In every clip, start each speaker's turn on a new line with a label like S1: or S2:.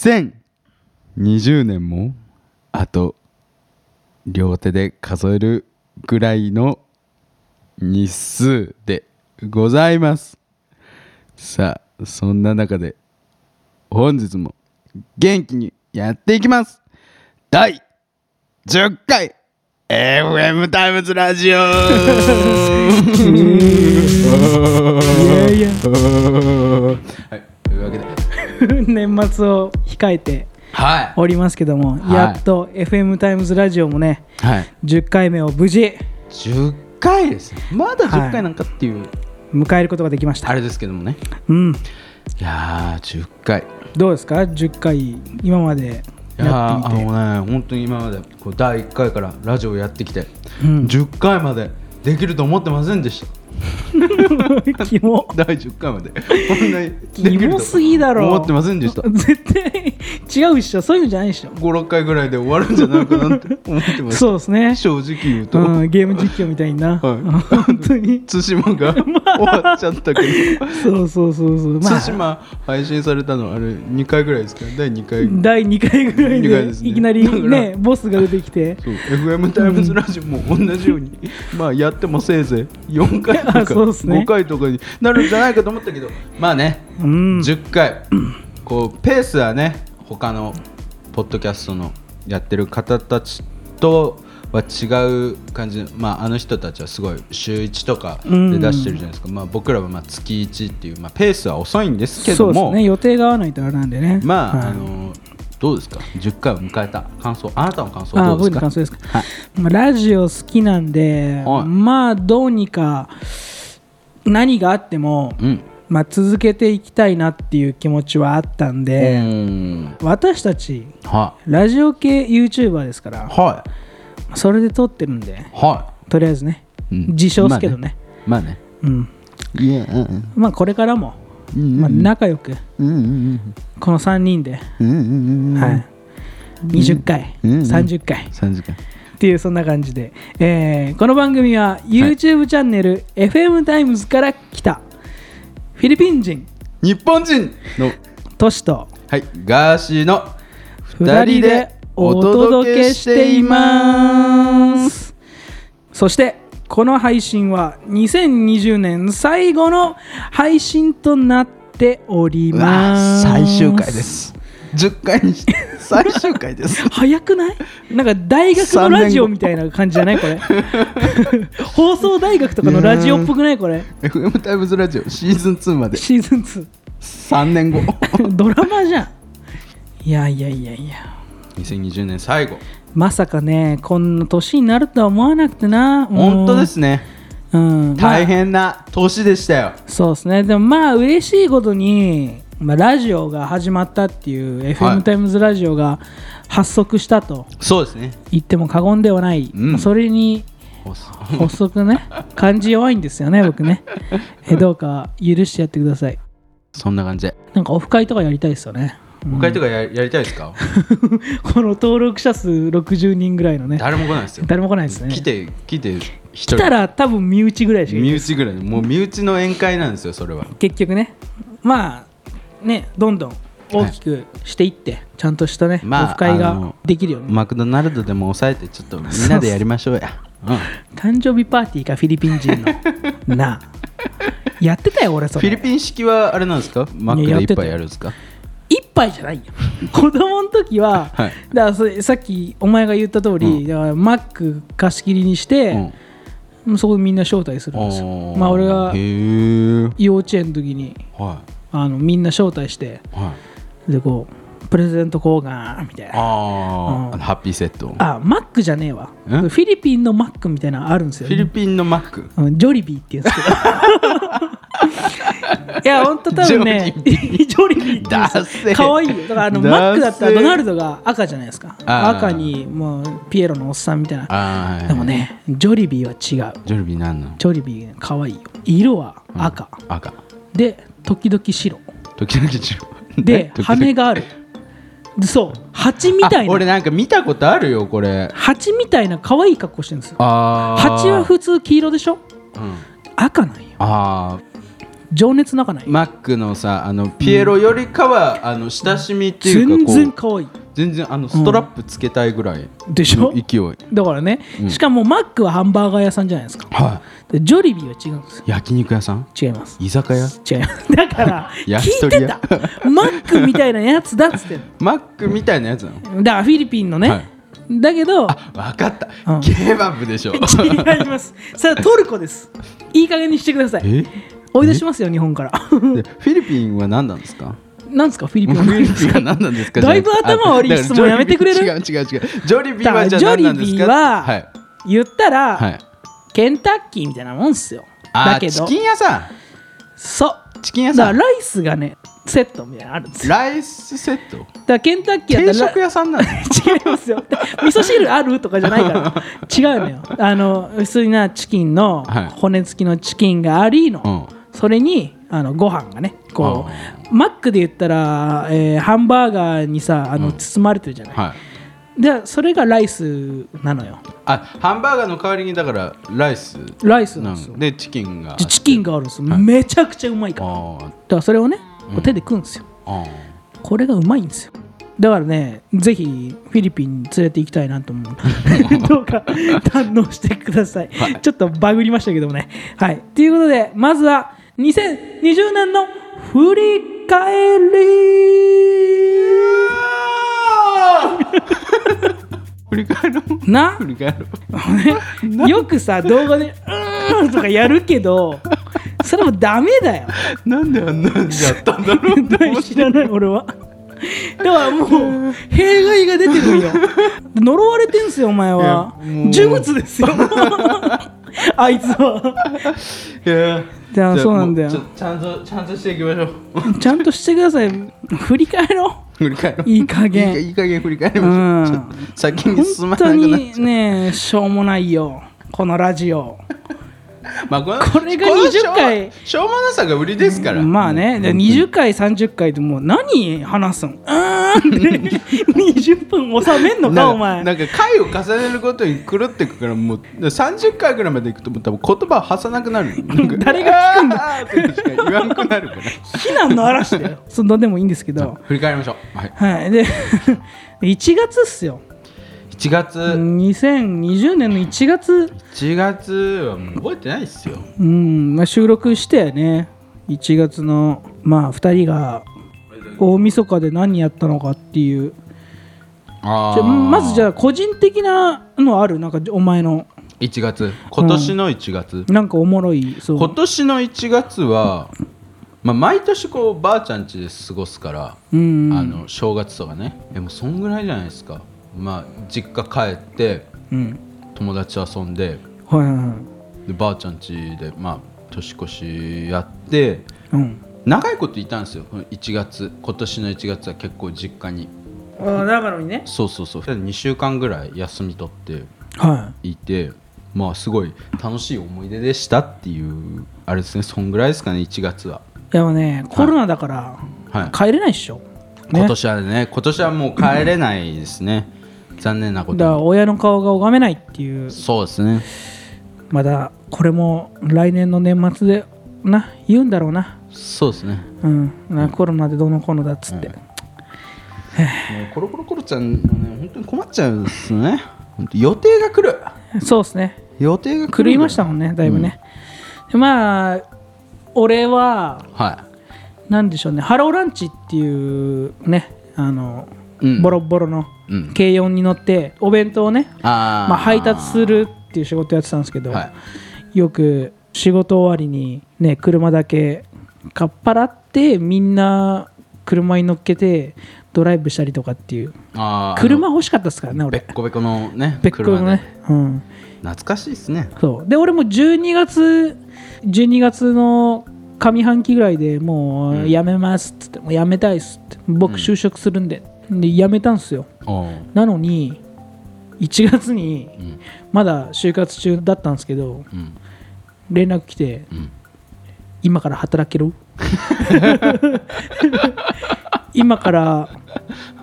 S1: 2020年もあと両手で数えるぐらいの日数でございますさあそんな中で本日も元気にやっていきます第10回 FM タイムズラジオ
S2: いやい
S1: はいというわけで
S2: 年末を控えて
S1: は
S2: おりますけど
S1: は
S2: も、
S1: い
S2: やっと FM タイムズラジオもね
S1: い、はい
S2: 10回目を無事
S1: 10回ですねまだ
S2: はい
S1: 10回なんかっていう、
S2: 迎えることができました、
S1: あれですけどもね
S2: うん
S1: いやー10回
S2: どうですか10回今ま で
S1: いやー
S2: やって
S1: あ
S2: みて
S1: のね本当に今までこう第1回からラジオやってきて、
S2: うん
S1: 10回までできると思ってませんでした
S2: キモ
S1: 第10回までこんなにで
S2: キ
S1: きると
S2: モすぎだろ
S1: 思ってませんでした
S2: 絶対違うっしょそういうのじゃないっしょ
S1: 56回ぐらいで終わるんじゃないかなって思ってました
S2: そうですね、
S1: 正直言うと、
S2: うん、ゲーム実況みたいにな、
S1: はい
S2: 本当に
S1: 対馬 が終わっちゃったけど
S2: そうそうそうそうまあ
S1: 対馬配信されたのあれ2回ぐらいですけど第2回
S2: 第2回ぐらい
S1: 二回で
S2: です
S1: ね
S2: いきなり
S1: だから
S2: ねボスが出てきて
S1: そう FM タイムズラジオも同じように、 まあやってもせいぜい4回とか
S2: あそうっすね
S1: 5回とかになるんじゃないかと思ったけどまあね、
S2: うん
S1: 10回こうペースはね他のポッドキャストのやってる方たちとは違う感じで、まあ、あの人たちはすごい週1とかで出してるじゃないですか、まあ、僕らはまあ月1っていう、まあ、ペースは遅いんですけ
S2: そ
S1: ど
S2: うで
S1: も
S2: す、ね予定が合わないとあれなんでね
S1: まあ、
S2: はい
S1: あのどうですか10回を迎えた感想あなたの感想
S2: あ
S1: どう
S2: 僕
S1: ですか
S2: の感想ですか、
S1: はい
S2: まあラジオ好きなんで、
S1: はい
S2: まあどうにか何があっても、
S1: うん
S2: まあ、続けていきたいなっていう気持ちはあったんで、
S1: うん
S2: 私たち
S1: は
S2: ラジオ系 YouTuber ですか
S1: い
S2: ら
S1: はい
S2: それで撮ってるんで
S1: は
S2: とりあえずね、
S1: い、うん
S2: 自称っすけどね,、
S1: まあね
S2: う
S1: ま
S2: ん
S1: あねいやうん
S2: まあこれからも、
S1: うん
S2: まあ、仲良く
S1: うんうん
S2: この3人で、
S1: うんうんうん
S2: はい、20回、
S1: うんうん
S2: 30回、
S1: 3時間
S2: っていうそんな感じで、えーこの番組は YouTube チャンネル、FM タイムズから来たフィリピン人
S1: 日本人の
S2: トシと
S1: はいガーシーの
S2: 2
S1: 2
S2: 人
S1: 人
S2: で
S1: で
S2: お
S1: お
S2: 届
S1: 届
S2: け
S1: け
S2: し
S1: してて
S2: い
S1: い
S2: ま
S1: ます
S2: そしてこの配信は2020年最後の配信となっており
S1: うわ
S2: ます
S1: 最終回です10回にして最終回です
S2: 早くないなんか大学のラジオみたいな感じじゃないこ れ放送大学とかのラジオっぽくないこれ
S1: FM タイムズラジオシーズン2まで
S2: シーズン2
S1: 3年後
S2: ドラマじゃんいやいやいやいや
S1: 2020年最後
S2: まさかねこんな年になるとは思わなくてな
S1: 本当です
S2: ね、
S1: ね
S2: うん、
S1: 大
S2: ま
S1: 変な年でしたよ
S2: あそうですねでもまあ嬉しいことに、まあ、ラジオが始まったっていう、
S1: はい
S2: FM タイムズラジオが発足したと
S1: そうですね
S2: 言っても過言ではない、
S1: うん
S2: それに
S1: 放送
S2: 発 足ね感じ弱いんですよね僕ねえどうか許してやってください
S1: そんな感じで
S2: なんかオフ会とかやりたいですよね、うん
S1: 誤解とかややりたいです か
S2: この登録者数60人ぐらいのね
S1: 誰も来ないですよ
S2: 誰も来ないですね
S1: 来て来て一
S2: 来
S1: 人
S2: たら多分身内ぐらいしかいない
S1: 身内ぐらいのもう身内の宴会なんですよそれは
S2: 結局ねまあねどんどん大きくしていって、ちゃんとしたね、
S1: まあ
S2: オフ会
S1: あ
S2: が
S1: の
S2: できるように
S1: マクドナルドでも抑えてちょっとみんなでやりましょうやうん
S2: 誕生日パーティーかフィリピン人 のなあやってたよ俺そ
S1: フィ
S2: れ
S1: リピン式はあれなんですかマックで一杯やるんですか
S2: 一杯じゃないよ子供の時は、
S1: はい
S2: だからそれさっきお前が言った通り、だからマック貸し切りにして、
S1: うん
S2: そこでみんな招待するんですよまあ俺が
S1: へえ
S2: 幼稚園の時に
S1: は
S2: あのみんな招待して
S1: いはい
S2: でこうプレゼント交換みたいな
S1: あー
S2: うん
S1: あのハッピーセットフ
S2: あマックじゃねえわフ
S1: え
S2: ィリピンのマックみたいなのあるんですよ、
S1: ィリピンのマック
S2: うんジョリビーって言うんですけ どいやほんと多分ねジョリビーって言うん
S1: ダ
S2: です
S1: セ
S2: よ
S1: え
S2: かわいいよだからあの
S1: ダセえ
S2: マックだったらドナルドが赤じゃないですか
S1: あー
S2: 赤にもうピエロのおっさんみたいな
S1: ああ
S2: でもねジョリビーは違う
S1: ジョルビーなんの
S2: ジョリビーかわいいよ色は赤、
S1: 赤
S2: で時々白
S1: 時々中
S2: で
S1: 時々
S2: 羽があるでそう蜂みたい
S1: あ俺
S2: な
S1: なんか見たことあるよこれ
S2: 蜂みたいな可愛い格好してるんですよ
S1: ああ
S2: 蜂は普通黄色でしょ
S1: うん
S2: 赤なんよ
S1: ああ
S2: 情熱なかない、
S1: マックのさあのピエロよりかは、あの親しみっていうかこ
S2: 全
S1: う
S2: 然可愛い
S1: 全然あのストラップつけたいぐらい
S2: でし
S1: の
S2: ょ
S1: 勢い、
S2: だからね、しかもマックはハンバーガー屋さんじゃないですか
S1: は
S2: でジョリビーは違うんですよ
S1: い焼肉屋さん
S2: 違います
S1: 居酒屋
S2: 違います だから
S1: 焼き
S2: 聞い
S1: 鳥
S2: て
S1: 屋
S2: たマックみたいなやつだっつってん
S1: マックみたいなやつなの
S2: のだからフィリピンのね、
S1: はい
S2: だけど
S1: あ分かった、
S2: うん
S1: ケバブ でしょ
S2: 違い ますそれはトルコですいい加減にしてください
S1: え
S2: 追い出しますよ日本から
S1: でフィリピンは何なんですか
S2: なんですかフィリ
S1: フ
S2: ピン
S1: ィリピンは何なんですか
S2: だいぶ頭悪い質問やめてくれる
S1: あだからジョリビー違う違う違うジョリビーはじゃあ
S2: ジョ
S1: 何
S2: リ
S1: なんです
S2: ビ
S1: か
S2: ーは、
S1: はい
S2: 言ったら、
S1: はい
S2: ケンタッキーみたいなもんっすよ
S1: あ
S2: だけ
S1: チ
S2: ど
S1: キン屋さん
S2: そう
S1: チキン屋
S2: だ
S1: さ
S2: から
S1: ん
S2: ライスがねセットみたいなのあるんですよ
S1: ライスセット
S2: だからケンタッキーや
S1: 定
S2: ったら
S1: 食屋さんなの
S2: 違いま すよで味噌汁あるとかじゃないから違うのよあの普通になチキンの
S1: はい
S2: 骨付きのチキンがありの、
S1: うん
S2: それにあのご飯がねこうマックで言ったら、えーハンバーガーにさあの包まれてるじゃない、
S1: はい
S2: でそれがライスなのよ
S1: あハンバーガーの代わりにだからライス
S2: ライスな
S1: なん
S2: ですよ
S1: んでチキンが
S2: でチキンがあるんですよ、
S1: はい
S2: めちゃくちゃうまいからだ
S1: あー
S2: からそれをねこう手で食うんですよ、
S1: あー
S2: これがうまいんですよだからねぜひフィリピンに連れて行きたいなと思 うどうか堪能してください、ちょっとバグりましたけどもねはいということでまずは2020年の振り返り
S1: 振り返ろう
S2: な
S1: 振り返ろう
S2: よくさ動画で「うーん」とかやるけどそれもダメだよ
S1: なんであんなんや ったんだろうって思っ
S2: 知らない俺はだからもう弊害が出てるよ呪われてんすよお前はい
S1: やもう
S2: 呪物ですよあいつは
S1: ていや
S2: じゃあ
S1: じゃあ
S2: そうなんだよ
S1: もうちょちゃんとちゃんとしていきましょう
S2: ちゃんとしてください振り返ろ
S1: 振り返ろ
S2: う
S1: う
S2: いい加減
S1: いい加減振り返りましょうちょ
S2: うん
S1: っと先に進ま
S2: 本
S1: な
S2: 当
S1: くなっちゃ
S2: にねしょうもないよこのラジオ
S1: うまあこの
S2: これが
S1: の
S2: 20回
S1: しょうしょうもなさが売りですから
S2: まあね、で20回、30回でもう何話すんうーんって20分収めんのか、お前。
S1: なんか回を重ねることに狂っていくからもう30回ぐらいまでいくともう多分言葉を発さなくなるなんか
S2: 誰が聞くんだ
S1: あーってしか言わなくなる から
S2: 非難の嵐だよ。そんなでもいいんですけど。
S1: 振り返りましょう、はい、
S2: はい。で、1月っすよ。
S1: 1月、
S2: 2020年の1月、
S1: 1月はもう覚えてないっすよ
S2: うん、まあ、収録してね、1月の、まあ、2人が大晦日で何やったのかっていう。
S1: あ
S2: じゃまずじゃ
S1: あ
S2: あ、個人的なのあるなんか、お前の、
S1: 1月今年の1月、
S2: なんかおもろい、そう。
S1: 今年の1月は、まあ、毎年こうばあちゃん家で過ごすから、
S2: うん
S1: あの正月とかねでもそんぐらいじゃないですかまあ実家帰って
S2: うん。
S1: 友達と遊んで
S2: はいはいはい。
S1: でばあちゃん家でまあ年越しやって
S2: うん。
S1: 長いこといたんですよこの1月今年の1月は結構実家に
S2: 長野にね。
S1: そうそうそう2週間ぐらい休み取って
S2: はい
S1: てまあすごい楽しい思い出でしたっていうあれですねそんぐらいですかね1月は、
S2: い。でもね、コロナだから、
S1: はい、
S2: 帰れないっしょ。ね
S1: 今年はね今年はもう帰れないですね残念なこ
S2: だから
S1: とに
S2: 親の顔が拝めないっていう、
S1: そうですね
S2: まだこれも来年の年末でな、言うんだろうな。
S1: そうですね
S2: うん、なコロナでどうのこうのだっつって。
S1: もうコロコロコロちゃんのね本当に困っちゃうんですよね本当予定が来る
S2: そうですね。
S1: 予定が来る
S2: 狂いましたもんね、だいぶね。でまあ、俺は、
S1: は
S2: なんでしょうね、ハローランチっていうね、あの、
S1: うん
S2: ボロボロの
S1: いうん
S2: 軽四に乗って、お弁当をね、
S1: あー
S2: まあ、配達するっていう仕事やってたんですけど、
S1: は
S2: よく仕事終わりにね車だけかっぱらってみんな車に乗っけてドライブしたりとかっていう
S1: あー
S2: 車
S1: あ
S2: 欲しかったですからね
S1: のべっ
S2: 俺
S1: こべこのね
S2: べっこの
S1: 車で
S2: ね、うん、
S1: 懐かしいですね
S2: そうで俺も12月12月の上半期ぐらいでもう辞めますっつって、もう辞めたいっすって僕就職するんで、で辞めたんすよ
S1: おー
S2: なのに1月に
S1: うん
S2: まだ就活中だったんですけど
S1: うん
S2: 連絡来て
S1: うん
S2: 今から働ける 今から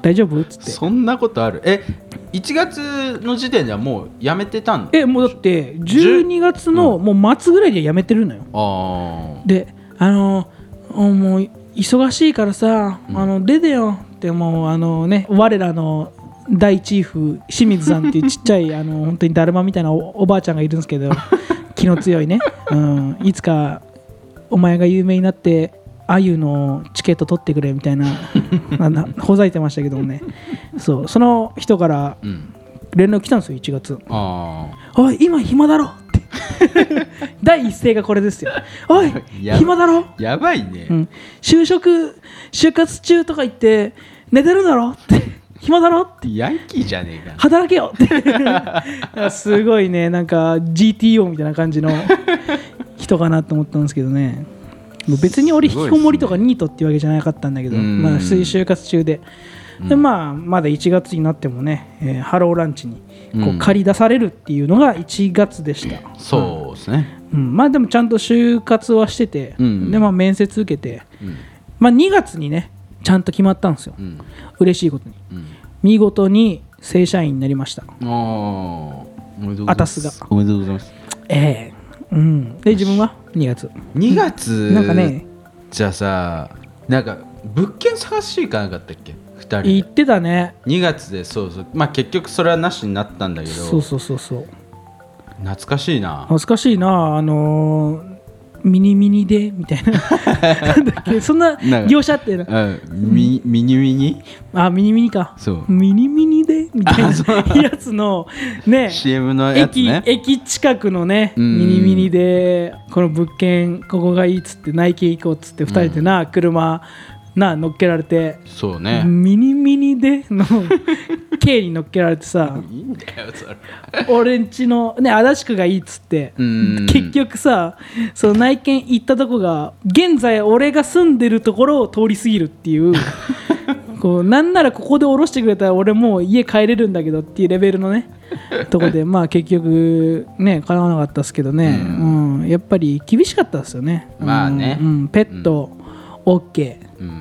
S2: 大丈夫っつって
S1: そんなことあるえ1月の時点ではもうやめてたんだ
S2: えもうだって12月のもう末ぐらいで辞めてるのよ
S1: あー
S2: でああのもう忙しいからさ、あの出てよってもうあのね我らの大チーフ清水さんっていうちっちゃいあの本当にだるまみたいなおおばあちゃんがいるんですけど気の強いね、うん、いつかお前が有名になってあゆのチケット取ってくれみたいなあなほざいてましたけどもねそうその人から
S1: うん
S2: 連絡来たんですよ1月
S1: あ
S2: 「おい今暇だろ」って 第一声がこれですよ「おい
S1: や
S2: 暇だろ」
S1: あやばいね、
S2: うん、就職就活中とか言って寝てるだろって暇だろって
S1: ヤンキーじゃねえか
S2: 働けよって すごいねなんか GTO みたいな感じの人かなと思ったんですけどねもう別に俺引
S1: すごい
S2: き
S1: っすね
S2: こもりとかニートっていうわけじゃなかったんだけど、
S1: うん
S2: まあ、普通に就活中で,、でまあ、まだ1月になってもね、えーハローランチにこ
S1: う
S2: うん借り出されるっていうのが1月でした、
S1: そうですね
S2: うん、まあでもちゃんと就活はしてて、
S1: うん
S2: でまあ面接受けて、
S1: うん
S2: まあ、2月にねちゃんと決まったんですよ、
S1: うん
S2: 嬉しいことに
S1: うん
S2: 見事に正社員になりました
S1: ああおめでとうございます
S2: あたすが
S1: おめでとうございます
S2: ええうんで自分は2月
S1: 2月
S2: なんかね
S1: じゃあさなんか物件探しに行かなかったっけ2人
S2: 言ってたね
S1: 2月でそうそうまあ結局それはなしになったんだけど
S2: そうそうそうそう
S1: 懐かしいな
S2: 懐かしいなあのーミニミニでみたいななんだ っけそんな
S1: なんか
S2: 業者ってな
S1: うんミミニミニ
S2: あミニミニか
S1: そう
S2: ミニミニでみたいなやつのね
S1: CM のやつ
S2: 駅
S1: ね
S2: 駅近くのね
S1: うん
S2: ミニミニでこの物件ここがいいっつって内見行こうっつって2人でな、車な乗っけられて
S1: そうね
S2: ミニミニで の K に乗っけられてさ
S1: いいんだよそれ
S2: 俺んちのね足立区がいいっつって
S1: うん
S2: 結局さその内見行ったとこが現在俺が住んでるところを通り過ぎるっていう こうなんならここで降ろしてくれたら俺もう家帰れるんだけどっていうレベルのねとこ でまあ結局ね叶わなかったですけどね、
S1: う
S2: うんやっぱり厳しかったですよね
S1: まあね
S2: うんうんペット OK、や
S1: うん
S2: っ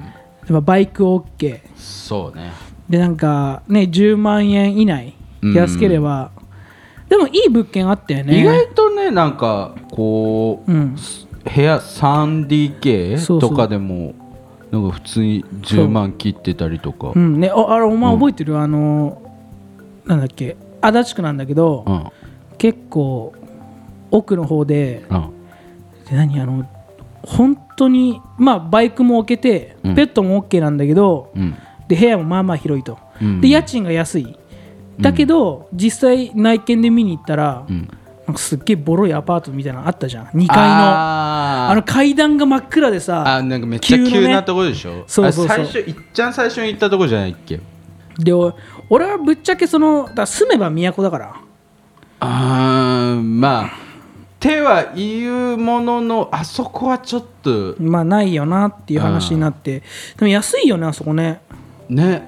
S2: ぱバイク OK
S1: そうね
S2: でなんかね10万円以内
S1: うん
S2: 安ければ、でもいい物件あったよね
S1: 意外とねなんかこう、
S2: うん
S1: す部屋
S2: そう
S1: 3DK
S2: そう
S1: とかでもなんか普通に
S2: そう
S1: 10万切ってたりとか
S2: うんね、ああれお前
S1: うん
S2: 覚えてる、あのなんだっけ足立区なんだけど、
S1: うん
S2: 結構奥の方で
S1: うん
S2: で何あの本当にまあバイクも置けて、
S1: うん
S2: ペットも OK なんだけど
S1: うん
S2: で部屋もまあまあ広いと、
S1: うん
S2: で家賃が安いだけど、実際内見で見に行ったら、
S1: うん
S2: なんかすっげえボロいアパートみたいなのあったじゃん2階のあ
S1: あー
S2: の階段が真っ暗でさ
S1: あなんかめっちゃ
S2: 急のね
S1: 急なとこでしょ
S2: そうそうそう
S1: あれ最初いっちゃん最初に行ったとこじゃないっけ
S2: でお俺はぶっちゃけそのだから住めば都だから
S1: あーまあ手は言うもののあそこはちょっと
S2: まあないよなっていう話になってでも安いよねあそこね
S1: ね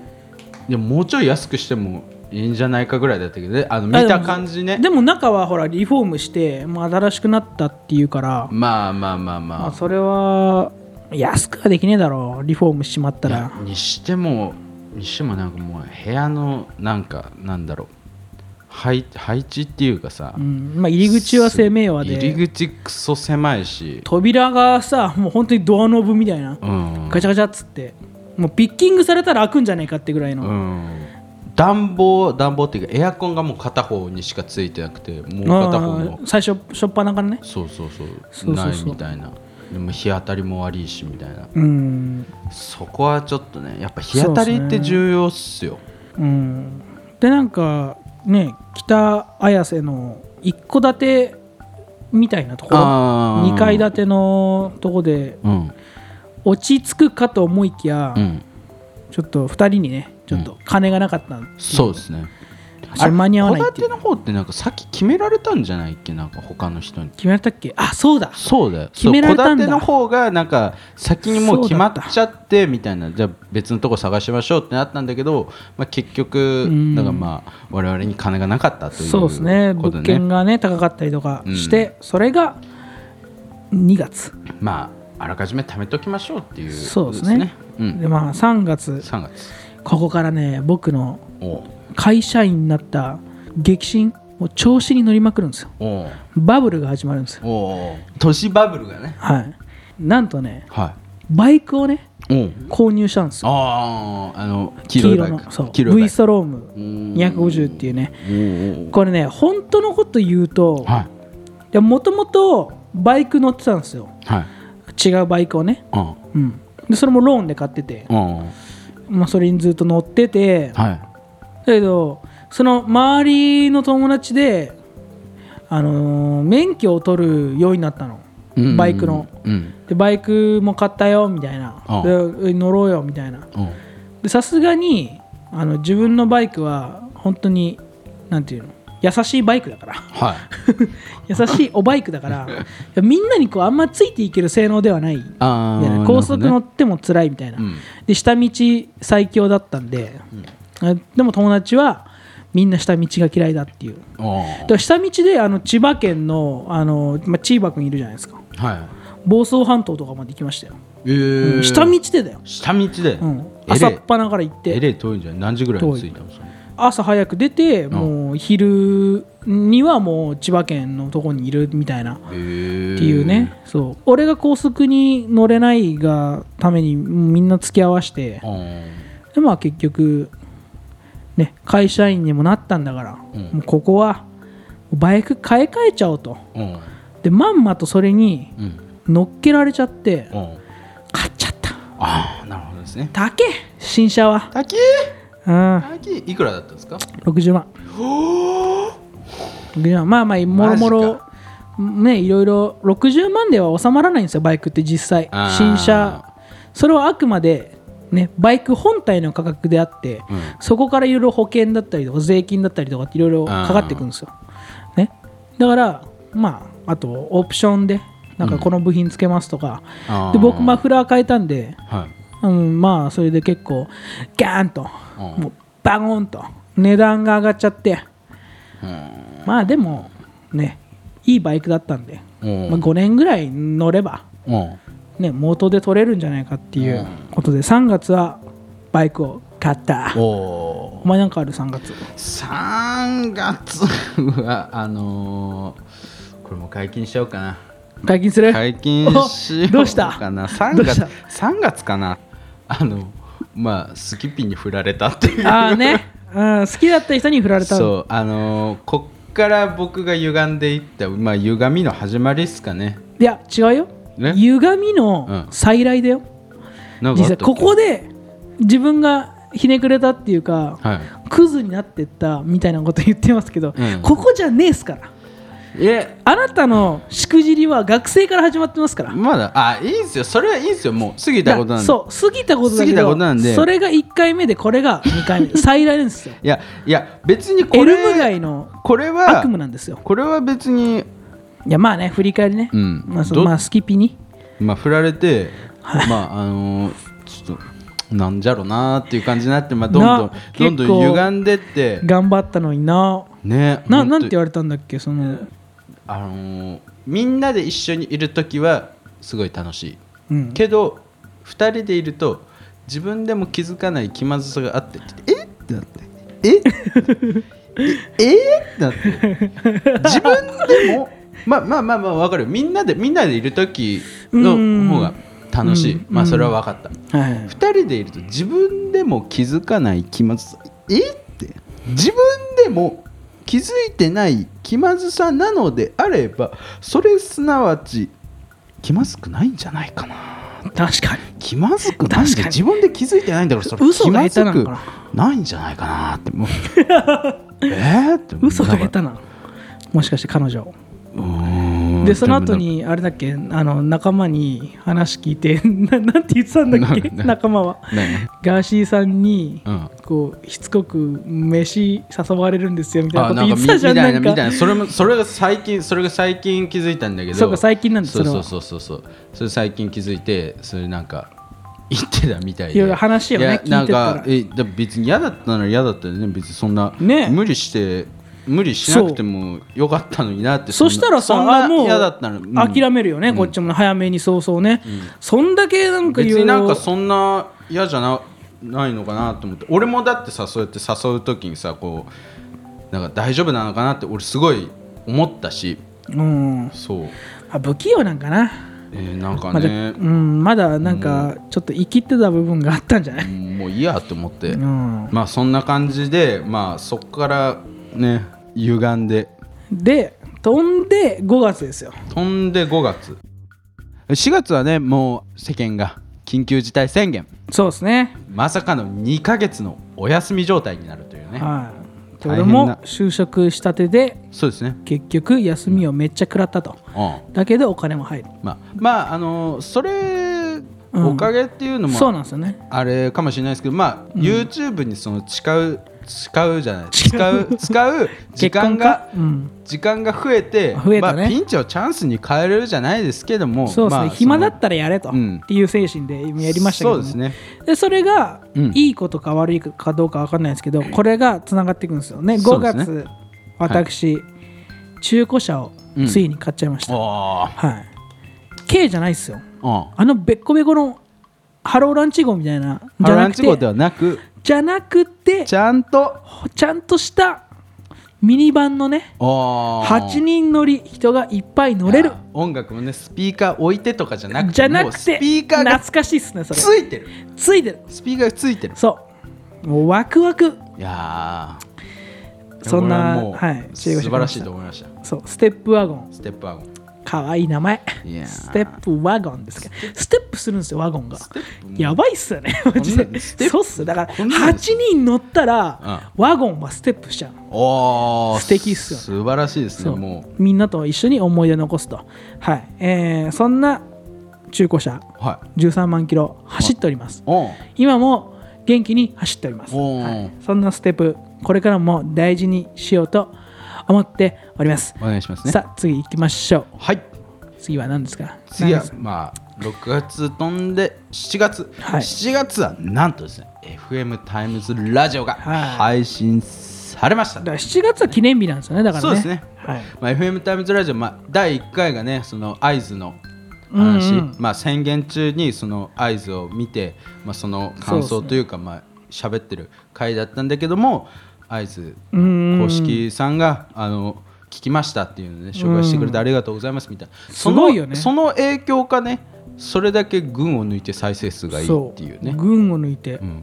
S1: でももうちょい安くしてもいいんじゃないかぐらいだったけどねあの見
S2: あで
S1: た
S2: も
S1: 感じね
S2: でも中はほらリフォームしてもう新しくなったっていうから、
S1: まあまあまあ
S2: まあ、
S1: ま
S2: それは安くはできねえだろうリフォームしちまった
S1: あ、
S2: ら
S1: にしてもにしてもなんかもう部屋のなんかなんだろう配配置っていうかさ、
S2: うんまあ、入り口は生命は
S1: 入
S2: で
S1: り口クソ狭いし、
S2: 扉がさもう本当にドアノブみたいな
S1: うん、
S2: ガチャガチャっつってもうピッキングされたら開くんじゃねえかってぐらいの、
S1: うん暖房暖房っていうかエアコンがもう片方にしかついてなくてもう
S2: あ
S1: 片方
S2: ー
S1: の
S2: 最初初っ端からね
S1: そうそうそう
S2: そうそうそう
S1: ないみたいなでも日当たりも悪いしみたいな
S2: うん
S1: そこはちょっとねやっぱ日当たりって重要っすよ
S2: うん、でなんかね北綾瀬の一戸建てみたいなところ
S1: あー
S2: 2階建てのとこで
S1: うん
S2: 落ち着くかと思いきや、
S1: うん
S2: ちょっと2人にねちょっと金がなかったんで、
S1: そうですね
S2: それ間に合わない
S1: あれ
S2: って
S1: 戸
S2: い
S1: 建
S2: う
S1: ての方ってなんか先決められたんじゃないっけなんか他の人に
S2: 決められたっけあそうだ
S1: そうだよ
S2: 決められたんだ
S1: そう戸建ての方がなんか先にもう決まっちゃってみたいなじゃあ別のとこ探しましょうってなったんだけど、まあ、結局
S2: ん
S1: だからまあ我々に金がなかったという
S2: そうですね
S1: こと
S2: 物件がね高かったりとかして、それが2月、
S1: まああらかじめ貯めときましょうっていう
S2: そうですね
S1: うん、
S2: でまあ3月
S1: 3月
S2: ここからね僕の
S1: おう
S2: 会社員になった激震もう調子に乗りまくるんですよ
S1: おう
S2: バブルが始まるんですよ
S1: おう都市バブルがね
S2: はいなんとね
S1: は
S2: バイクをね
S1: いうん
S2: 購入したんですよ
S1: あああの黄色いバイク
S2: のそう
S1: 黄色いバ
S2: V
S1: イク
S2: ストローム250っていうねこれね本当のこと言うと
S1: はい
S2: もともとバイク乗ってたんですよ
S1: はい
S2: 違うバイクをね、
S1: うん
S2: うん、でそれもローンで買ってて、
S1: うんは
S2: まあ、それにずっと乗っててだ
S1: い
S2: けどその周りの友達で、あのー免許を取るようになったの
S1: うんうんうん
S2: バイクの
S1: うん
S2: でバイクも買ったよみたいな
S1: ああ
S2: で乗ろうよみたいな
S1: うん
S2: でさすがにあの自分のバイクは本当になんていうの優しいバイク だから
S1: はい
S2: 優しいおバイクだ からいやみんなにこうあんまついていける性能ではない
S1: あ
S2: みたい
S1: あ
S2: な高速乗
S1: の
S2: っても辛いみたいな、
S1: うん
S2: で下道最強だったんで、あでも友達はみんな下道が嫌いだっていうだから下道であの千葉県のあの、まあ、千葉君いるじゃないですか
S1: は
S2: 房総半島とかまで行きましたよ、
S1: いえー
S2: 下道でだよ、
S1: 下道で
S2: うん、
S1: えれ
S2: 朝っぱなから行っ
S1: え
S2: て
S1: れい遠いんじゃない何時ぐらいに着いたんですか
S2: 朝早く出てもう昼にはもう千葉県のとこにいるみたいな
S1: って
S2: ってい
S1: いう
S2: ねそう俺が高速に乗れないがためにみんな付き合わせてでまあ結局ね会社員にもなったんだから、
S1: うん
S2: もうここはバイク買い替えちゃおうと
S1: うん
S2: でまんまとそれに
S1: うん
S2: 乗っけられちゃって
S1: うん
S2: 買っちゃった
S1: ああなるほどですね
S2: 高え新車は
S1: 滝
S2: うん
S1: 滝いくらだったんですか
S2: 60万60万まあまあも
S1: マ
S2: ろも
S1: ジ
S2: ろねいろいろ60万では収まらないんですよバイクって実際
S1: あー
S2: 新車それはあくまでねバイク本体の価格であって、
S1: うん
S2: そこからいろいろ保険だったりとか税金だったりとかっていろいろかかってくるんですよ、ね、だからまああとオプションでなんかこの部品つけますとか、
S1: あー
S2: で僕マフラー変えたんで、
S1: はい
S2: うん、まあそれで結構ガーンと
S1: うん
S2: もうバゴンと値段が上がっちゃって
S1: うん
S2: まあでもねいいバイクだったんで、
S1: うん
S2: まあ、5年ぐらい乗れば、
S1: うん
S2: ね、元で取れるんじゃないかっていうことで3月はバイクを買った
S1: お
S2: お前なんかある3月
S1: 3月はあのーこれも解禁しようかな
S2: 解禁する
S1: 解禁しよう
S2: おどうした
S1: かな
S2: ど
S1: 3
S2: う
S1: 月
S2: した
S1: 3月かなあのまあスキピに振られたっていう
S2: ああね、うん、好きだった人に振られた
S1: そうあのーこっから僕が歪んでいったまあ歪みの始まりっすかね
S2: いや違うよ、
S1: ね
S2: 歪み
S1: うん
S2: の再来だよ、
S1: なんか
S2: 実
S1: あったっ
S2: 際
S1: け
S2: ここで自分がひねくれたっていうか、
S1: はい
S2: クズになってったみたいなこと言ってますけど、
S1: うん
S2: ここじゃねえっすから
S1: え
S2: あなたのしくじりは学生から始まってますから
S1: まだあいいんすよそれはいいんすよもう過ぎたことなんで
S2: そう過ぎたことだけど
S1: 過ぎたことなんで
S2: それが1回目でこれが2回 目再来なんですよ
S1: いやいや別にこ
S2: エル
S1: れ
S2: ム街の
S1: これは
S2: 悪夢なんですよ
S1: これは別に
S2: いやまあね振り返りね、
S1: うん
S2: まあ、そ
S1: ど
S2: まあスキピに
S1: まあ振られてまああのーちょっとなんじゃろなーっていう感じになってまあどんどん
S2: な
S1: どんど
S2: 結構
S1: ん歪んでって
S2: 頑張ったのにな
S1: ね
S2: な
S1: ほんと
S2: なんて言われたんだっけその
S1: あのーみんなで一緒にいる時はすごい楽しい、
S2: うん
S1: けど2人でいると自分でも気づかない気まずさがあってえってなってえええってなって自分でもまあまあまあまあ分かるみんなでみんなでいる時の方が楽しい、
S2: うん
S1: まあそれは分かった、
S2: はいは
S1: 2
S2: い
S1: 人でいると自分でも気づかない気まずさえって自分でも気づいてない気まずさなのであればそれすなわち気まずくないんじゃないかな
S2: 確かに
S1: 気まずくないん
S2: 確か
S1: で
S2: に
S1: 自分で気づいてないんだからそれ
S2: 嘘
S1: 気
S2: が
S1: ま
S2: 下手
S1: ず
S2: な
S1: く
S2: のかな
S1: ないんじゃないかなって もうえーって
S2: 嘘が下
S1: た
S2: 手なのもしかして彼女
S1: で
S2: でその後にあれだっけあの仲間に話聞いて ななんて言ってたんだっけ
S1: なな
S2: 仲間は
S1: ね
S2: ガーシーさんに
S1: うん
S2: こうしつこく飯誘われるんですよみたいな
S1: あ
S2: こと
S1: なん
S2: 言
S1: か
S2: っ
S1: み
S2: て
S1: み
S2: たじ
S1: た
S2: ゃ
S1: い
S2: ん
S1: な
S2: なん
S1: みたい
S2: か
S1: なそれもそれが最近それが最近気づいたんだけど
S2: そうか最近なんだ
S1: そう
S2: それ
S1: そ
S2: は
S1: うそうそうそうそれ最近気づいてそれなんか言ってたみたいで
S2: いろいろ話をね
S1: いや
S2: 聞いてたら
S1: なんかえだ別に嫌だったなら嫌だったよね別にそんな、
S2: ね
S1: 無理して無理しなくてもよかったのになって
S2: そ
S1: んな
S2: したら
S1: そ
S2: さ
S1: んな
S2: あもう
S1: 嫌だったの、うん
S2: 諦めるよね、こっちもね早めに早々ね、そんだけなんかい
S1: 別
S2: ろい
S1: になん
S2: ろ
S1: かそんな嫌じゃなないのかなと思って俺もだってさそうやって誘う時にさこうなんか大丈夫なのかなって俺すごい思ったし
S2: うん
S1: そう
S2: あ不器用なんかな
S1: えーなんか
S2: まだ、
S1: ね
S2: う、ん、まだなんかちょっと生きてた部分があったんじゃない、
S1: もういいやと思って、
S2: うん、
S1: まあそんな感じでまあそこからね歪んで
S2: で飛んで5月ですよ
S1: 飛んで5月4月はねもう世間が緊急事態宣言
S2: そうですね
S1: まさかの2ヶ月のお休み状態になるというね
S2: はいで
S1: 大変
S2: 俺
S1: な
S2: も就職したてで
S1: そうですね
S2: 結局休みをめっちゃ食らったと
S1: うん
S2: だけどお金も入る
S1: まあまああのそれ
S2: ん
S1: おかげっていうの
S2: そう
S1: も
S2: なんですよね
S1: あれかもしれないですけどまあ YouTube にその誓う誓うじゃない使 う使う時間が
S2: 結婚かうん
S1: 時間が増えて
S2: 増えたね
S1: まあ、ピンチをチャンスに変えれるじゃないですけども
S2: そうですね、
S1: まあ
S2: 暇だ
S1: その
S2: ったらやれと、
S1: うん
S2: っていう精神でやりましたけど、
S1: そうですね
S2: でそれが、
S1: うん
S2: いいことか悪いかどうか分かんないですけどこれがつながっていくんですよね
S1: そ
S2: 5
S1: うですね
S2: 月、私、中古車を
S1: うん
S2: ついに買っちゃいました、
S1: あ
S2: はい K じゃないですよ
S1: あ
S2: あのべっこべこのハローランチ号みたいなじゃ
S1: ラ
S2: な
S1: ン
S2: く
S1: チ号で
S2: て
S1: はなく
S2: じゃなくて
S1: ちゃんと
S2: ほちゃんとしたミニバンのね8
S1: 人
S2: 人乗り人がいっぱい乗れる
S1: 音楽もねスピーカー置いてとかじゃなくて
S2: じゃな
S1: もう
S2: く
S1: スピ
S2: て
S1: ーカーが
S2: 懐かしいっすねそれ
S1: ついてる
S2: ついてる
S1: スピーカーがついてる
S2: そうもうワクワク
S1: いやー
S2: そん
S1: こ
S2: な
S1: れはもう
S2: はい
S1: 素晴らしいと思いました
S2: そうステップワゴン
S1: ステップワゴン
S2: かわいい名前
S1: いやー
S2: ステップワゴンですけどステップするんですよワゴンがやばいっすよねマジ
S1: こんな
S2: で
S1: のステップ
S2: そうっすだから
S1: こんなの
S2: 8人乗ったらワゴンはステップしちゃう
S1: おー
S2: 素敵っすよね
S1: 素晴らしいですね
S2: そう
S1: も
S2: みんなと一緒に思い出残すとはいえーそんな中古車
S1: うはい
S2: 13万キロ走っております
S1: おん
S2: 今も元気に走っております、
S1: おー
S2: はい、そんなステップこれからも大事にしようと思っております
S1: お願いしますね
S2: さあ次行きましょう
S1: はい
S2: 次は何ですか
S1: 次は
S2: 何です
S1: まあ6月飛んで7月、
S2: はい
S1: 7月はなんとですね FM タイムズラジオが
S2: はい
S1: 配信されました、
S2: だから7月は記念日なんですよねだからね
S1: そうですね
S2: はい、
S1: まあ、FM タイムズラジオ、まあ、第1回がねその合図の話、
S2: うんうん
S1: まあ、宣言中にその合図を見て、まあ、その感想というかまあ喋ってる回だったんだけども合図
S2: うん
S1: 公式さんがあの聞きましたっていうのをね紹介してくれてありがとうございますみたいな、その
S2: すごいよね
S1: その影響かねそれだけ群を抜いて再生数がいいっていうね
S2: 群を抜いて、
S1: ん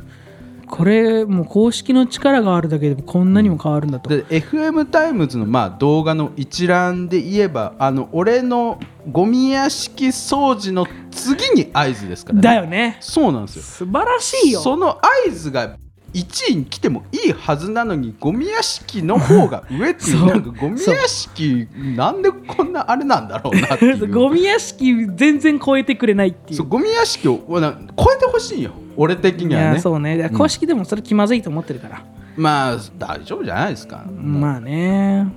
S2: これもう公式の力があるだけでもこんなにも変わるんだと、
S1: で FM タイムズのまあ動画の一覧で言えばあの俺のゴミ屋敷掃除の次に合図ですから、ね、
S2: だよね
S1: そうなんですよ
S2: 素晴らしいよ
S1: その合図が1位に来てもいいはずなのにゴミ屋敷の方が上ってい
S2: そう
S1: うなんかゴミ屋敷なんでこんなあれなんだろうなっていう
S2: ゴミ屋敷全然超えてくれないっていう
S1: そうゴミ屋敷をな超えてほしいよ俺的に
S2: い
S1: は
S2: や
S1: ね
S2: そうねだから公式でもそれ気まずいと思ってるから、
S1: まあ大丈夫じゃないですか、
S2: まあね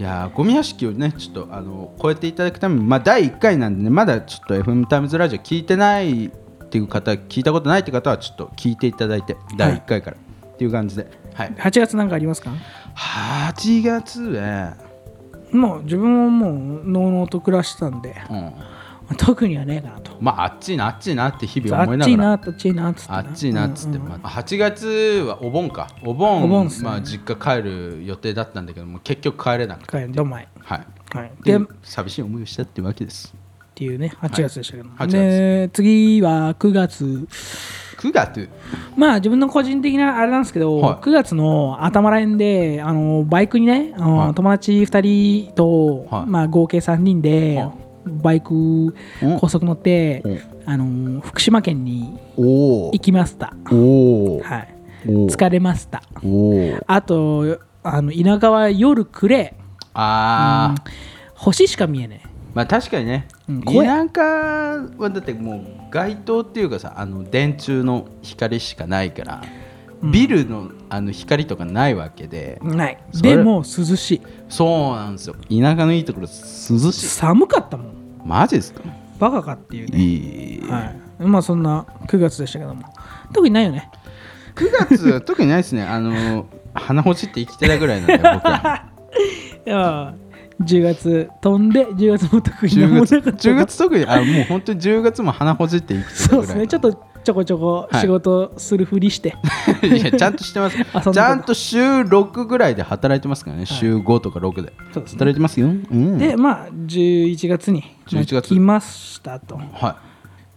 S1: いやーゴミ屋敷をねちょっとあの超えていただくために、まあ、第1回なんでねまだちょっと FM タイムズラジオ聞いてないっていう方聞いたことないって方はちょっと聞いていただいて第1回から、っていう感じで、はい、
S2: 8月なんかありますか
S1: 8月は、
S2: もう自分はもうのうのうと暮らしてたんで
S1: うん、
S2: 特にはねえかなと
S1: まああっちいなあっちいなって日々
S2: あ
S1: 思い
S2: っ
S1: な
S2: ちい
S1: がら
S2: なあっちいなっつって
S1: あっちいなっつって、
S2: うんうん
S1: まあ、8月はお盆かお盆
S2: お盆っすね
S1: まあ、実家帰る予定だったんだけども結局帰れなくて、
S2: 帰るどんまい
S1: はい、
S2: はいで
S1: で
S2: っ
S1: 寂しい思いをしたっていうわけです
S2: ていうね8月でしたけど、
S1: 8月
S2: で次は9月
S1: 9月
S2: まあ自分の個人的なあれなんですけど、
S1: はい
S2: 9月の頭らへんであのバイクにねあの、
S1: はい
S2: 友達2人と、
S1: はい
S2: まあ、合計3人で、
S1: はい
S2: バイク
S1: うん
S2: 高速乗って、
S1: うん
S2: あの福島県に
S1: おお
S2: 行きました、
S1: おお
S2: はい、
S1: おー
S2: 疲れました
S1: おお
S2: あとあの田舎は夜暮れ、
S1: あー、
S2: 星しか見えね
S1: まあ確かにね、
S2: うん怖い
S1: 田舎はだってもう街灯っていうかさあの電柱の光しかないから、ビルのあの光とかないわけで
S2: えない
S1: それ
S2: でも涼しい
S1: そうなんですよ田舎のいいところ涼しい
S2: 寒かったもん
S1: マジですか
S2: バカかっていうね、
S1: いい、
S2: はい、まあそんな9月でしたけども特にないよね
S1: 9月 は特にないですねあの鼻ほじって生きてたぐらいなんで僕は
S2: いや10月飛んで10月も特に何も
S1: 10
S2: なか
S1: 月
S2: ったな
S1: 10月特にあもう本当に10月も鼻ほじって生きてた
S2: そう
S1: ぐ
S2: で
S1: ら
S2: す
S1: い
S2: ねちょっとちちょこちょこ
S1: はい
S2: 仕事するふりして、
S1: いやちゃんとしてます
S2: あそんなこと
S1: ちゃんと週6ぐらいで働いてますからね、週5とか6で
S2: そうですね
S1: 働いてますよ、うん、
S2: でまあ11月にまあ
S1: 11月
S2: 来ましたと
S1: は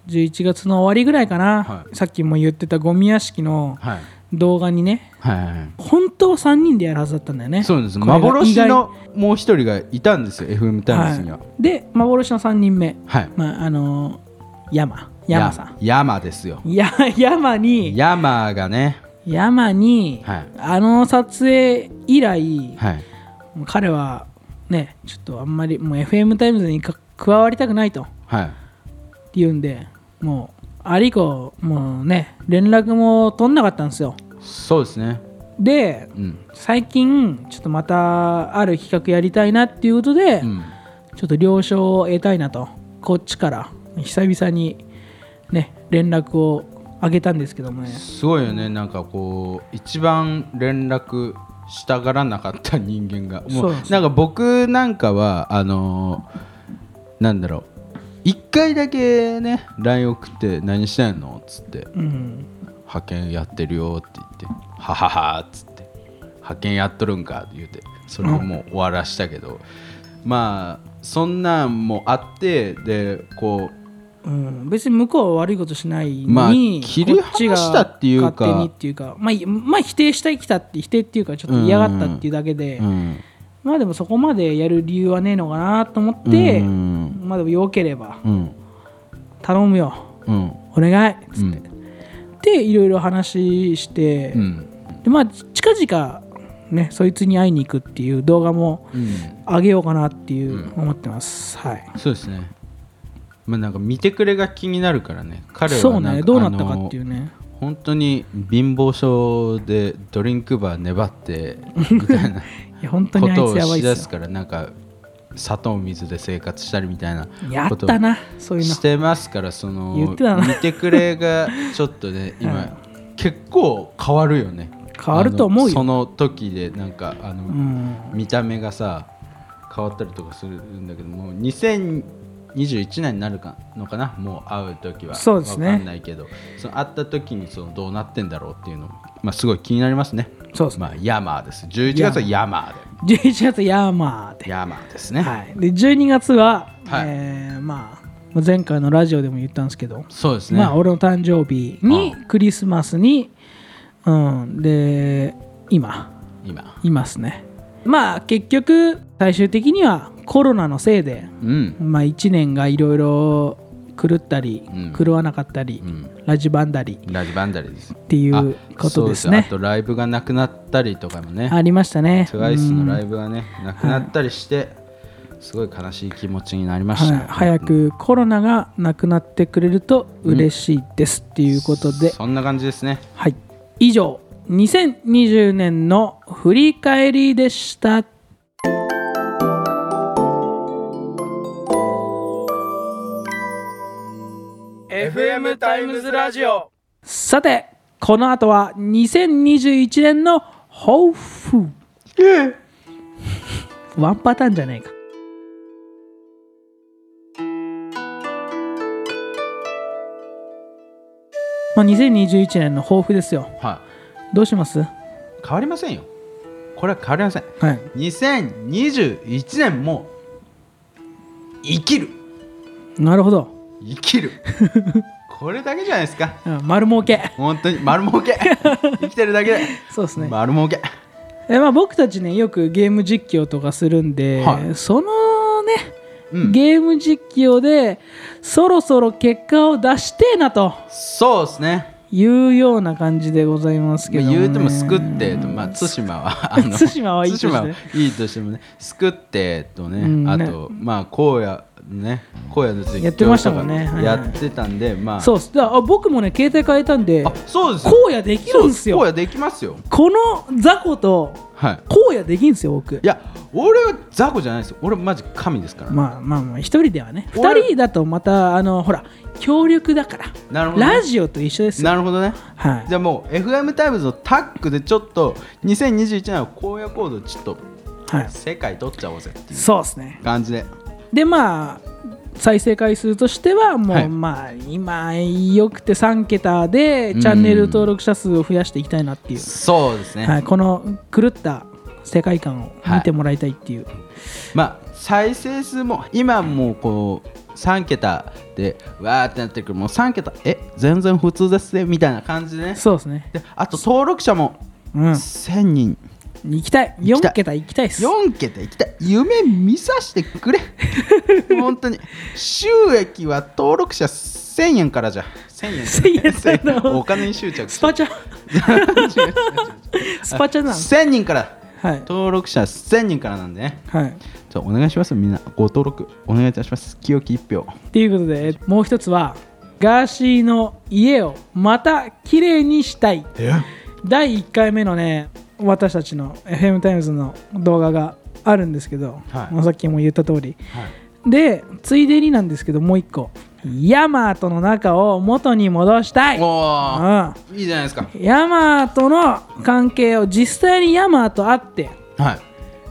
S2: 11月の終わりぐらいかな、
S1: はい
S2: さっきも言ってたゴミ屋敷の
S1: いはい
S2: 動画にね
S1: はいはいはい
S2: 本当は3人でやるはずだったんだよね
S1: そうです
S2: これが意外
S1: 幻のもう一人がいたんですよ FM タイムズには
S2: はいで幻の3人目、
S1: はい
S2: まああのー山山さん
S1: や山ですよ
S2: や山に
S1: 山がね
S2: 山に、
S1: はい
S2: あの撮影以来、
S1: はい
S2: もう彼はねちょっとあんまりもう FM タイムズにか加わりたくないと
S1: はい
S2: 言うんでもうあれ以降もうね連絡も取んなかったんですよ
S1: そうですね
S2: で
S1: うん
S2: 最近ちょっとまたある企画やりたいなっていうことで、
S1: うん
S2: ちょっと了承を得たいなとこっちから久々にね連絡をあげたんですけどもね
S1: すごいよねなんかこう一番連絡したがらなかった人間がも
S2: そう
S1: う
S2: なんです
S1: なんか僕なんかはあのーなんだろう一回だけね LINE 送って「何してんの?」っつって
S2: うん
S1: 「派遣やってるよ」って言って「ははは」っつって「派遣やっとるんか」って言うてそれをもう終わらしたけど、まあそんなんもあってでこう
S2: うん、別に向こうは悪いことしないのに、
S1: まあ切り離したっていうか
S2: こっちが勝手にっていうか、まあ、いまあ否定したいきたって否定っていうかちょっと嫌がったっていうだけで、
S1: うん
S2: まあでもそこまでやる理由はねえのかなと思って、
S1: うん
S2: まあでもよければ
S1: うん
S2: 頼むよ
S1: うん
S2: お願いっつって、
S1: うん
S2: でいろいろ話して、
S1: うん
S2: でまあ近々ねそいつに会いに行くっていう動画も
S1: うん
S2: 上げようかなっていう思ってます、はい
S1: そうですねまあなんか見てくれが気になるからね彼は
S2: そう
S1: なん
S2: ね
S1: か
S2: どうなったかっていうね
S1: あの本当に貧乏症でドリンクバー粘 ってみたいな
S2: いや本当
S1: こ
S2: にあい
S1: とを
S2: つやば
S1: し
S2: いっす
S1: だ
S2: よ
S1: すからなんか砂糖水で生活したりみたいな
S2: やっ
S1: ことを
S2: たなそういうの
S1: してますからそ
S2: 言
S1: の
S2: ってたな
S1: 見てくれがちょっと ね今結構変わるよね
S2: 変わると思うよ
S1: あのその時でなんかあの、
S2: うん
S1: 見た目がさ変わったりとかするんだけどもう2021年になるかのかなもう会う時は
S2: そうですね
S1: わかんないけどその会った時にそのどうなってんだろうっていうのまあすごい気になりますね
S2: そうですね、
S1: まあヤマーです11月はヤマー
S2: 11月ヤーマー
S1: で
S2: で,、
S1: ヤマーですね、
S2: はい、で12月は、
S1: はい
S2: えーまあ、前回のラジオでも言ったんですけど、
S1: そうですね、
S2: まあ、俺の誕生日にクリスマスに、うん、で今
S1: 今
S2: いますねまあ結局最終的にはコロナのせいで、
S1: うん
S2: まあ、1年がいろいろ狂ったり、
S1: うん
S2: 狂わなかったり、
S1: うん
S2: ラジバンダリっ
S1: ラジバンダリーです
S2: てい
S1: あ
S2: うことです
S1: そう
S2: ね
S1: あとライブがなくなったりとかもね
S2: ありましたね
S1: TWICE のライブがねなくなったりして、すごい悲しい気持ちになりました、
S2: はい、早くコロナがなくなってくれると嬉しいです、っていうことで、
S1: そんな感じですね
S2: はい、以上2020年の振り返りでしたさてこの後は2021年の抱負ワンパターンじゃないかまあ2021年の抱負ですよ
S1: は
S2: どうします
S1: い変わりませんよこれは変わりません
S2: はい
S1: 2021年も生きる
S2: なるほど
S1: 生き るこれだけじゃないですか
S2: うん丸儲け
S1: 本当に丸儲 け生きてるだけで
S2: そうですね、
S1: 丸儲け
S2: えまあ、僕たちねよくゲーム実況とかするんで、
S1: はい
S2: そのね、
S1: うん
S2: ゲーム実況でそろそろ結果を出してえなと
S1: そうですね
S2: いうような感じでございますけど、
S1: まあ
S2: ね、
S1: 言うても救ってとまあ対馬はあの
S2: 対馬はいいとして
S1: 対馬はいいとしてもね救ってとね、
S2: うん
S1: あとまあ荒野ね荒野の実況とか
S2: やってましたもんねはいはい
S1: やってたんでまあ
S2: そうっすだからあ僕もね携帯変えたんで
S1: あそうですよ
S2: 荒野できるんす
S1: そう
S2: よ
S1: 荒野できますよ
S2: この雑魚と
S1: はい
S2: 荒野できんすよ僕
S1: いや俺は雑魚じゃないですよ俺マジ神ですから、
S2: まあまあまあ一人ではね二
S1: 俺
S2: 人だとまたあのほら協力だから
S1: なるほどね
S2: ラジオと一緒ですよ
S1: なるほどね
S2: はい
S1: じゃあもう FM タイムズのタッグでちょっと2021年は荒野行動ちょっと
S2: はい
S1: 世界取っちゃおうぜってい
S2: そうですね
S1: う感じで
S2: でまあ再生回数としてはもう、
S1: はい
S2: まあ今よくて3桁でチャンネル登録者数を増やしていきたいなっていう、
S1: そうですね、
S2: はい、この狂った世界観を見てもらいたいっていう、
S1: まあ再生数も今もうこう3桁でわーってなってるけどもう3桁え全然普通ですねみたいな感じでね
S2: そうですね
S1: であと登録者も
S2: うん
S1: 1000人、
S2: 行きたい
S1: 行きたい
S2: 4桁行きたいです
S1: 4桁いきたい夢見させてくれ 本当に収益は登録者1000円からじゃ1000円
S2: 1000円
S1: 1000
S2: なの
S1: お金に執着
S2: スパチャスパチャなの
S1: 1000人から
S2: はい
S1: 登録者1000人からなんでね
S2: はい
S1: ちょお願いしますみんなご登録お願いいたします清き一票
S2: っていうことでもう一つはガーシーの家をまた綺麗にしたい
S1: え
S2: 第1回目のね私たちの FM タイムズの動画があるんですけど、
S1: はい
S2: まあさっきも言った通りでついでになんですけどもう一個ヤマートの中を元に戻したい、うん、
S1: おお
S2: ヤ
S1: いいじゃないですか
S2: マートの関係を実際にヤマーと会って
S1: はい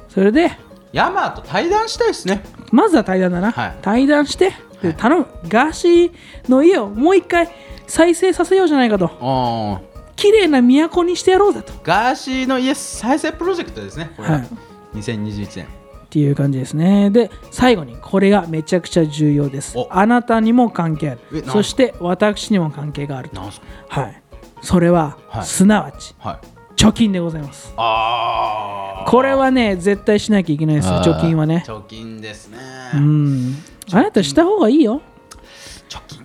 S2: それで
S1: ヤマーと対談したいですね
S2: まずは対談だな、
S1: はい
S2: 対談してで頼む、ガーシーの家をもう一回再生させようじゃないかと
S1: おー
S2: 綺麗な都にしてやろうぜと
S1: ガーシーの家再生プロジェクトですねこれは、
S2: はい
S1: 2021年
S2: っていう感じですねで最後にこれがめちゃくちゃ重要です
S1: お
S2: あなたにも関係あ
S1: え
S2: る
S1: なん
S2: そして私にも関係があると
S1: なんすか
S2: はいそれは、
S1: はい
S2: すなわち
S1: はい
S2: 貯金でございます
S1: あー
S2: これはね絶対しなきゃいけないですね
S1: あー
S2: 貯金はね
S1: 貯金ですね、
S2: うんあなたした方がいいよ
S1: 貯金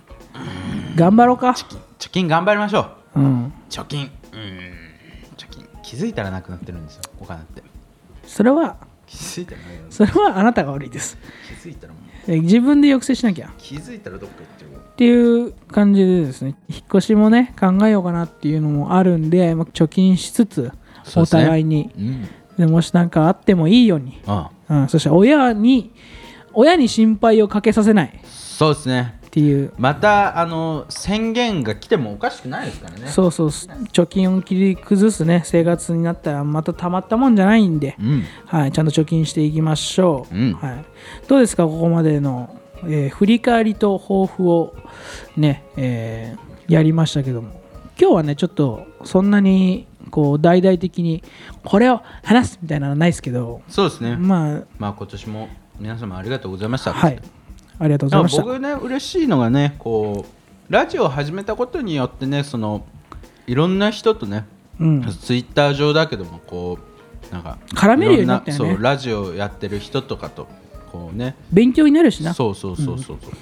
S2: 頑張ろうか
S1: 貯金頑張りましょう
S2: うん
S1: 貯金うーん貯金気づいたらなくなってるんですよお金って
S2: それは
S1: 気づいたらないよ
S2: それはあなたが悪いです
S1: 気づいたらもう
S2: え自分で抑制しなきゃ
S1: 気づいたらどっか行ってる
S2: っていう感じでですね引っ越しもね考えようかなっていうのもあるんで、まあ、貯金しつつ
S1: そう
S2: お
S1: ですね
S2: 互いに
S1: うん
S2: でもし何かあってもいいように、
S1: あ
S2: うん、そして親に親に心配をかけさせない
S1: あそうですね
S2: っていう、
S1: またあの宣言が来てもおかしくないですからね
S2: そうそう貯金を切り崩すね生活になったらまたたまったもんじゃないんで、
S1: うん
S2: はい、ちゃんと貯金していきましょう、
S1: うん
S2: はい、どうですかここまでの、えー振り返りと抱負をね、えーやりましたけども今日はねちょっとそんなにこう大々的にこれを話すみたいなのはないですけど
S1: そうですね
S2: ま
S1: まあ今年も皆様ありがとうございまし
S2: あ
S1: た
S2: はいありがとうございました
S1: 僕ね嬉しいのがねこうラジオを始めたことによってねそのいろんな人とね
S2: うん、
S1: ツイッター上だけどもこうなんか
S2: 絡めるようになったよね
S1: いろんなそうラジオやってる人とかとこうね
S2: 勉強になるしな
S1: そうそうそうそうそう、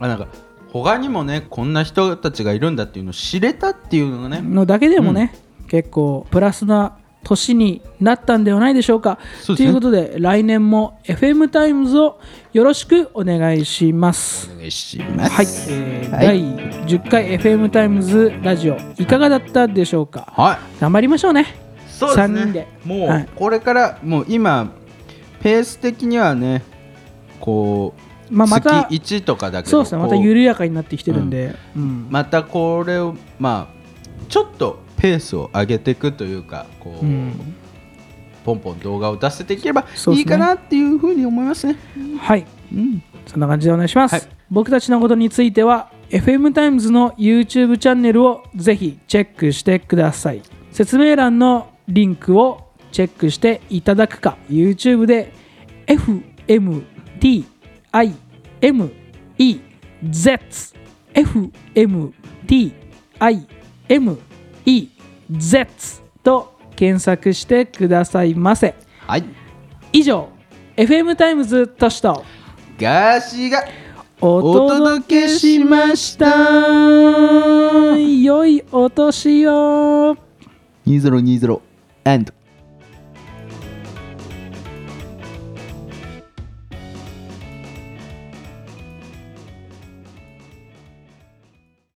S1: あなんか他にもねこんな人たちがいるんだっていうのを知れたっていうのがね、
S2: のだけでもね、結構プラスな年になったんではないでしょうか。
S1: そうです
S2: と
S1: ね
S2: いうことで来年も FM タイムズをよろしくお願いします。
S1: お願いします
S2: はい、えー
S1: はい
S2: 第10回 FM タイムズラジオいかがだったでしょうか。
S1: はい
S2: 頑張りましょうね。
S1: そうですね
S2: 三人で
S1: もう、
S2: はい
S1: これからもう今ペース的にはねこう、
S2: まあまた
S1: 月1とかだけど
S2: そうですね。また
S1: こ
S2: 緩やかになってきてるんで、うん
S1: またこれをまあちょっとペースを上げていくというかこう、
S2: うん
S1: ポンポン動画を出せていければ
S2: そう
S1: い
S2: です
S1: い
S2: ね
S1: かなっていうふうに思いますね。
S2: はい。
S1: うん、
S2: そんな感じでお願いします。
S1: はい
S2: 僕たちのことについては FM タイムズの YouTube チャンネルをぜひチェックしてください。説明欄のリンクをチェックしていただくか YouTube で FMTIMEZ FMTIMEZ と検索してくださいませ。
S1: はい
S2: 以上 FM タイムズとしと
S1: ガーシーが
S2: お
S1: お
S2: 届
S1: 届
S2: け
S1: け
S2: し
S1: し
S2: ま
S1: ま
S2: し
S1: したた
S2: 良いお年を
S1: 2020 and